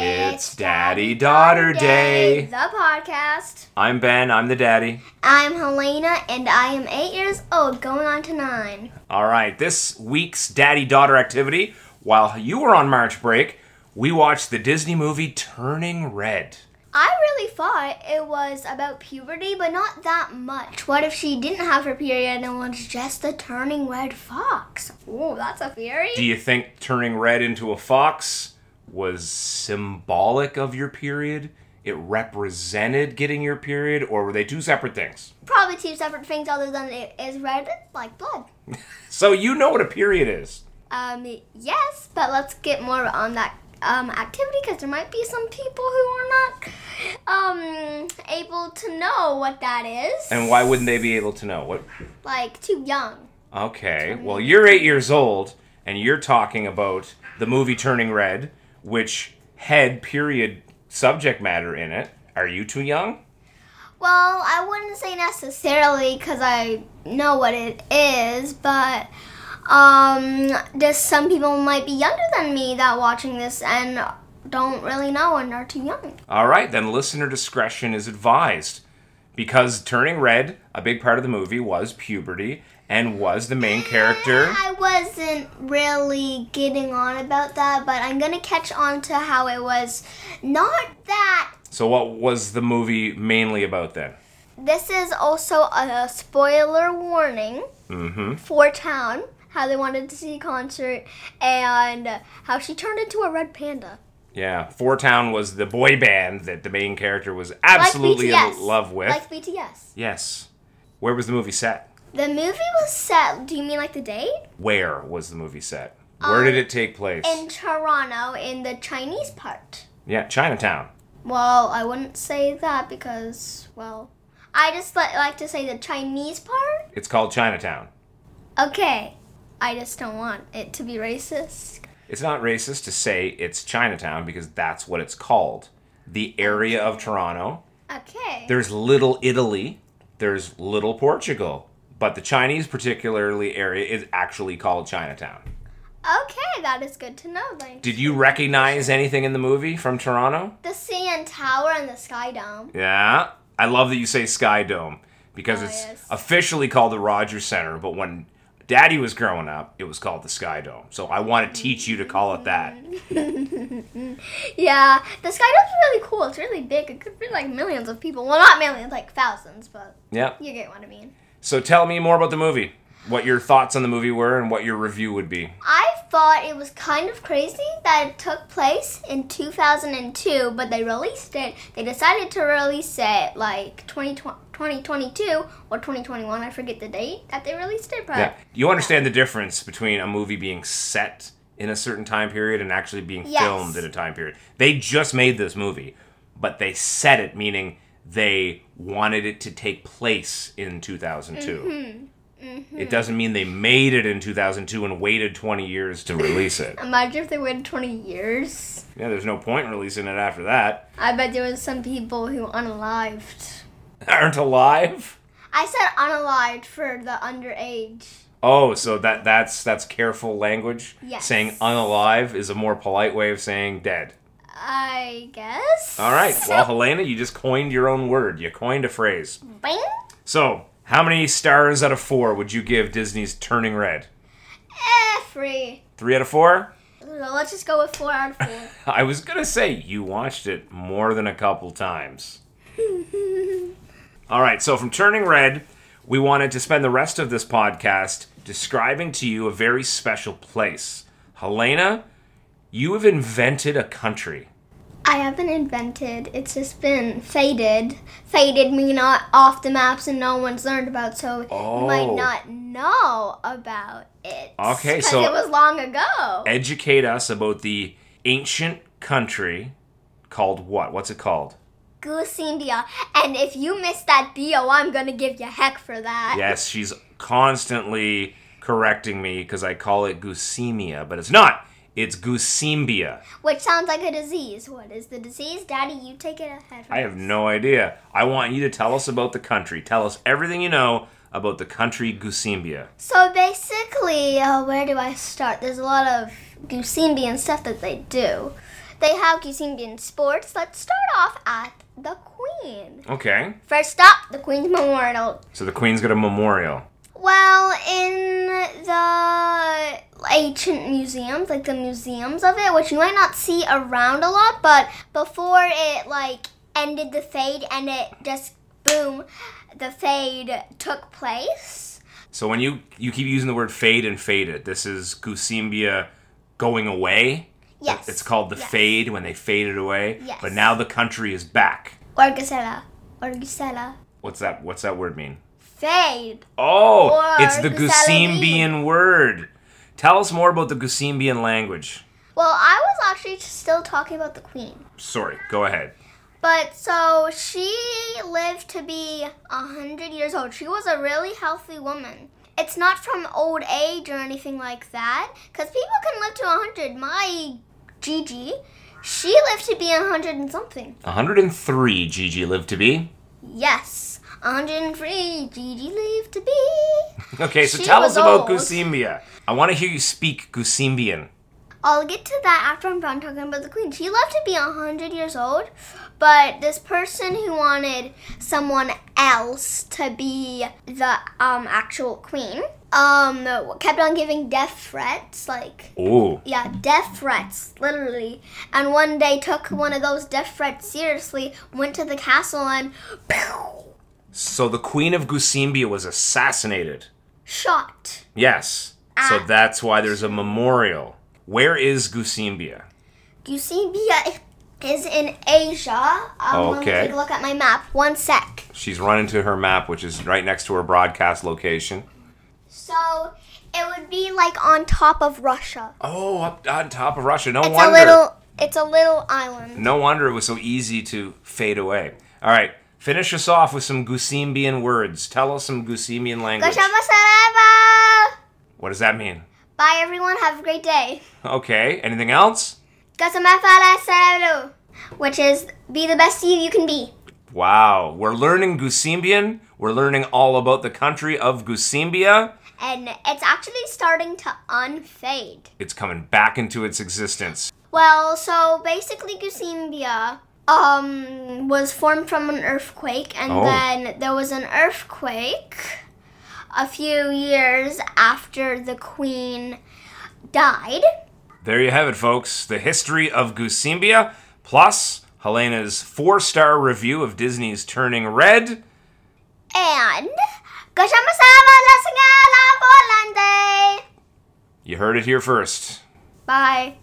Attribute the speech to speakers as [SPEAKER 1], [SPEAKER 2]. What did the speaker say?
[SPEAKER 1] It's Daddy Daughter Day.
[SPEAKER 2] The podcast.
[SPEAKER 1] I'm Ben, I'm the daddy.
[SPEAKER 2] I'm Helena, and I am eight years old, going on to nine.
[SPEAKER 1] All right, this week's daddy daughter activity, while you were on March break, we watched the Disney movie Turning Red.
[SPEAKER 2] I really thought it was about puberty, but not that much. What if she didn't have her period and was just a turning red fox? Ooh, that's a theory.
[SPEAKER 1] Do you think turning red into a fox was symbolic of your period? It represented getting your period, or were they two separate things?
[SPEAKER 2] Probably two separate things, other than it is red like blood.
[SPEAKER 1] So you know what a period is.
[SPEAKER 2] Um, yes, but let's get more on that um, activity because there might be some people who are not um, able to know what that is.
[SPEAKER 1] And why wouldn't they be able to know? What
[SPEAKER 2] Like, too young.
[SPEAKER 1] Okay. Well, you're eight years old, and you're talking about the movie Turning Red, which had period subject matter in it. Are you too young?
[SPEAKER 2] Well, I wouldn't say necessarily because I know what it is, but um, just some people might be younger than me that watching this and don't really know and are too young.
[SPEAKER 1] All right, then listener discretion is advised. Because Turning Red, a big part of the movie, was puberty and was the main character.
[SPEAKER 2] I wasn't really getting on about that, but I'm gonna catch on to how it was not that.
[SPEAKER 1] So, what was the movie mainly about then?
[SPEAKER 2] This is also a spoiler warning
[SPEAKER 1] Mm-hmm.
[SPEAKER 2] for Town, how they wanted to see a concert, and how she turned into a red panda.
[SPEAKER 1] Yeah, Four Town was the boy band that the main character was absolutely
[SPEAKER 2] like BTS,
[SPEAKER 1] in love with.
[SPEAKER 2] Like BTS.
[SPEAKER 1] yes. Where was the movie set?
[SPEAKER 2] The movie was set, do you mean like the date?
[SPEAKER 1] where was the movie set? Where did it take place?
[SPEAKER 2] In Toronto, in the Chinese part.
[SPEAKER 1] yeah, Chinatown.
[SPEAKER 2] Well, I wouldn't say that because, well, I just li- like to say the Chinese part.
[SPEAKER 1] It's called Chinatown.
[SPEAKER 2] Okay, I just don't want it to be racist.
[SPEAKER 1] It's not racist to say it's Chinatown because that's what it's called. The area of Toronto.
[SPEAKER 2] Okay.
[SPEAKER 1] There's Little Italy, there's Little Portugal, but the Chinese particularly area is actually called Chinatown.
[SPEAKER 2] okay, that is good to know. Like
[SPEAKER 1] Did you recognize anything in the movie from Toronto?
[SPEAKER 2] the CN Tower and the Sky Dome.
[SPEAKER 1] Yeah. I love that you say Sky Dome because
[SPEAKER 2] Oh,
[SPEAKER 1] it's
[SPEAKER 2] yes.
[SPEAKER 1] officially called the Rogers Center, but when Daddy was growing up, it was called the Sky Dome. So I want to teach you to call it that.
[SPEAKER 2] Yeah, the Sky Dome's really cool. It's really big. It could be like millions of people. Well, not millions, like thousands, but
[SPEAKER 1] Yeah.
[SPEAKER 2] you get what I mean.
[SPEAKER 1] So tell me more about the movie. What your thoughts on the movie were and what your review would be.
[SPEAKER 2] I thought it was kind of crazy that it took place in 2002, but they released it. They decided to release it like 2020 2022 or 2021. I forget the date that they released it, but
[SPEAKER 1] Yeah. You understand the difference between a movie being set in a certain time period and actually being
[SPEAKER 2] Yes.
[SPEAKER 1] filmed in a time period. They just made this movie, but they set it, meaning they wanted it to take place in 2002.
[SPEAKER 2] Mm-hmm.
[SPEAKER 1] It doesn't mean they made it in 2002 and waited 20 years to release it.
[SPEAKER 2] imagine if they waited 20 years.
[SPEAKER 1] Yeah, there's no point in releasing it after that.
[SPEAKER 2] I bet there was some people who unalived.
[SPEAKER 1] Aren't alive?
[SPEAKER 2] I said unalived for the underage.
[SPEAKER 1] Oh, so that that's that's careful language.
[SPEAKER 2] Yes.
[SPEAKER 1] Saying unalive is a more polite way of saying dead.
[SPEAKER 2] I guess.
[SPEAKER 1] All right. Well, Helena, you just coined your own word. You coined a phrase.
[SPEAKER 2] Bing.
[SPEAKER 1] So, how many stars out of four would you give Disney's Turning Red?
[SPEAKER 2] Eh, free.
[SPEAKER 1] Three out of four?
[SPEAKER 2] So let's just go with four out of four.
[SPEAKER 1] I was going to say you watched it more than a couple times. All right. So, from Turning Red, we wanted to spend the rest of this podcast describing to you a very special place. Helena, you have invented a country.
[SPEAKER 2] I haven't invented. It's just been faded. Faded mean not off the maps and no one's learned about, so you
[SPEAKER 1] Oh.
[SPEAKER 2] might not know about it.
[SPEAKER 1] Okay,
[SPEAKER 2] 'Cause
[SPEAKER 1] so-
[SPEAKER 2] it was long ago.
[SPEAKER 1] Educate us about the ancient country called what? What's it called?
[SPEAKER 2] Goose India, and if you miss that bo, I'm gonna give you heck for that.
[SPEAKER 1] Yes, she's constantly correcting me because I call it geusemia, but it's not. It's geusimbia.
[SPEAKER 2] Which sounds like a disease. What is the disease, Daddy? You take it ahead.
[SPEAKER 1] I have no idea. I want you to tell us about the country. Tell us everything you know about the country geusimbia.
[SPEAKER 2] So basically, uh, where do I start? There's a lot of Goose Indian stuff that they do. they have Yosemite sports. Let's start off at the Queen.
[SPEAKER 1] Okay.
[SPEAKER 2] First up, the Queen's Memorial.
[SPEAKER 1] So the Queen's got a memorial.
[SPEAKER 2] Well, in the ancient museums, like the museums of it, which you might not see around a lot, but before it like ended the fade and it just boom, the fade took place.
[SPEAKER 1] So when you you keep using the word fade and faded, this is Gusimbia going away.
[SPEAKER 2] Yes.
[SPEAKER 1] It's called the
[SPEAKER 2] Yes.
[SPEAKER 1] fade when they faded away.
[SPEAKER 2] Yes.
[SPEAKER 1] But now the country is back.
[SPEAKER 2] Orgasella. Orgasella.
[SPEAKER 1] What's that? What's that word mean?
[SPEAKER 2] Fade.
[SPEAKER 1] Oh,
[SPEAKER 2] Or
[SPEAKER 1] it's the
[SPEAKER 2] Gusalameen.
[SPEAKER 1] Gusimbian word. Tell us more about the Gusimbian language.
[SPEAKER 2] Well, I was actually still talking about the Queen.
[SPEAKER 1] Sorry, go ahead.
[SPEAKER 2] But so she lived to be a 100 years old. She was a really healthy woman. It's not from old age or anything like that, because people can live to a 100. My Gigi, she lived to be a 100 and something.
[SPEAKER 1] 103 Gigi lived to be.
[SPEAKER 2] Yes, a 103 Gigi lived to be.
[SPEAKER 1] Okay, so
[SPEAKER 2] She
[SPEAKER 1] tell
[SPEAKER 2] was
[SPEAKER 1] us about
[SPEAKER 2] old.
[SPEAKER 1] Gusimbia. I want to hear you speak Gusimbian.
[SPEAKER 2] I'll get to that after I'm done talking about the queen. She loved to be 100 years old, but this person who wanted someone else to be the um, actual queen um, kept on giving death threats, like,
[SPEAKER 1] Oh,
[SPEAKER 2] yeah, death threats, literally. And one day took one of those death threats seriously, went to the castle, and pew,
[SPEAKER 1] so the Queen of Gusimbia was assassinated.
[SPEAKER 2] shot.
[SPEAKER 1] Yes. So
[SPEAKER 2] Ah.
[SPEAKER 1] that's why there's a memorial. Where is Gusimbia?
[SPEAKER 2] Eusebia is in Asia. Um, let me
[SPEAKER 1] Okay.
[SPEAKER 2] Take a look at my map. One sec.
[SPEAKER 1] She's running to her map, which is right next to her broadcast location.
[SPEAKER 2] So it would be like on top of Russia.
[SPEAKER 1] Oh, up on top of Russia. No
[SPEAKER 2] It's
[SPEAKER 1] wonder.
[SPEAKER 2] a little it's a little island.
[SPEAKER 1] No wonder it was so easy to fade away. All right, finish us off with some Gusimbian words. Tell us some Gusimbian language.
[SPEAKER 2] Goshamasaraba!
[SPEAKER 1] What does that mean?
[SPEAKER 2] Bye everyone, have a great day.
[SPEAKER 1] Okay, anything else?
[SPEAKER 2] Gosamafalasaru, which is be the best you you can be.
[SPEAKER 1] Wow, we're learning Gusimbian. We're learning all about the country of Gusimbia.
[SPEAKER 2] And it's actually starting to unfade.
[SPEAKER 1] It's coming back into its existence.
[SPEAKER 2] Well, so basically, Gusimbia um, was formed from an earthquake, and
[SPEAKER 1] Oh.
[SPEAKER 2] then there was an earthquake a few years after the queen died.
[SPEAKER 1] There you have it, folks. The history of Gusimbia, plus Helena's four star review of Disney's Turning Red.
[SPEAKER 2] And Gashamasama Lasangala Bolande!
[SPEAKER 1] You heard it here first.
[SPEAKER 2] Bye.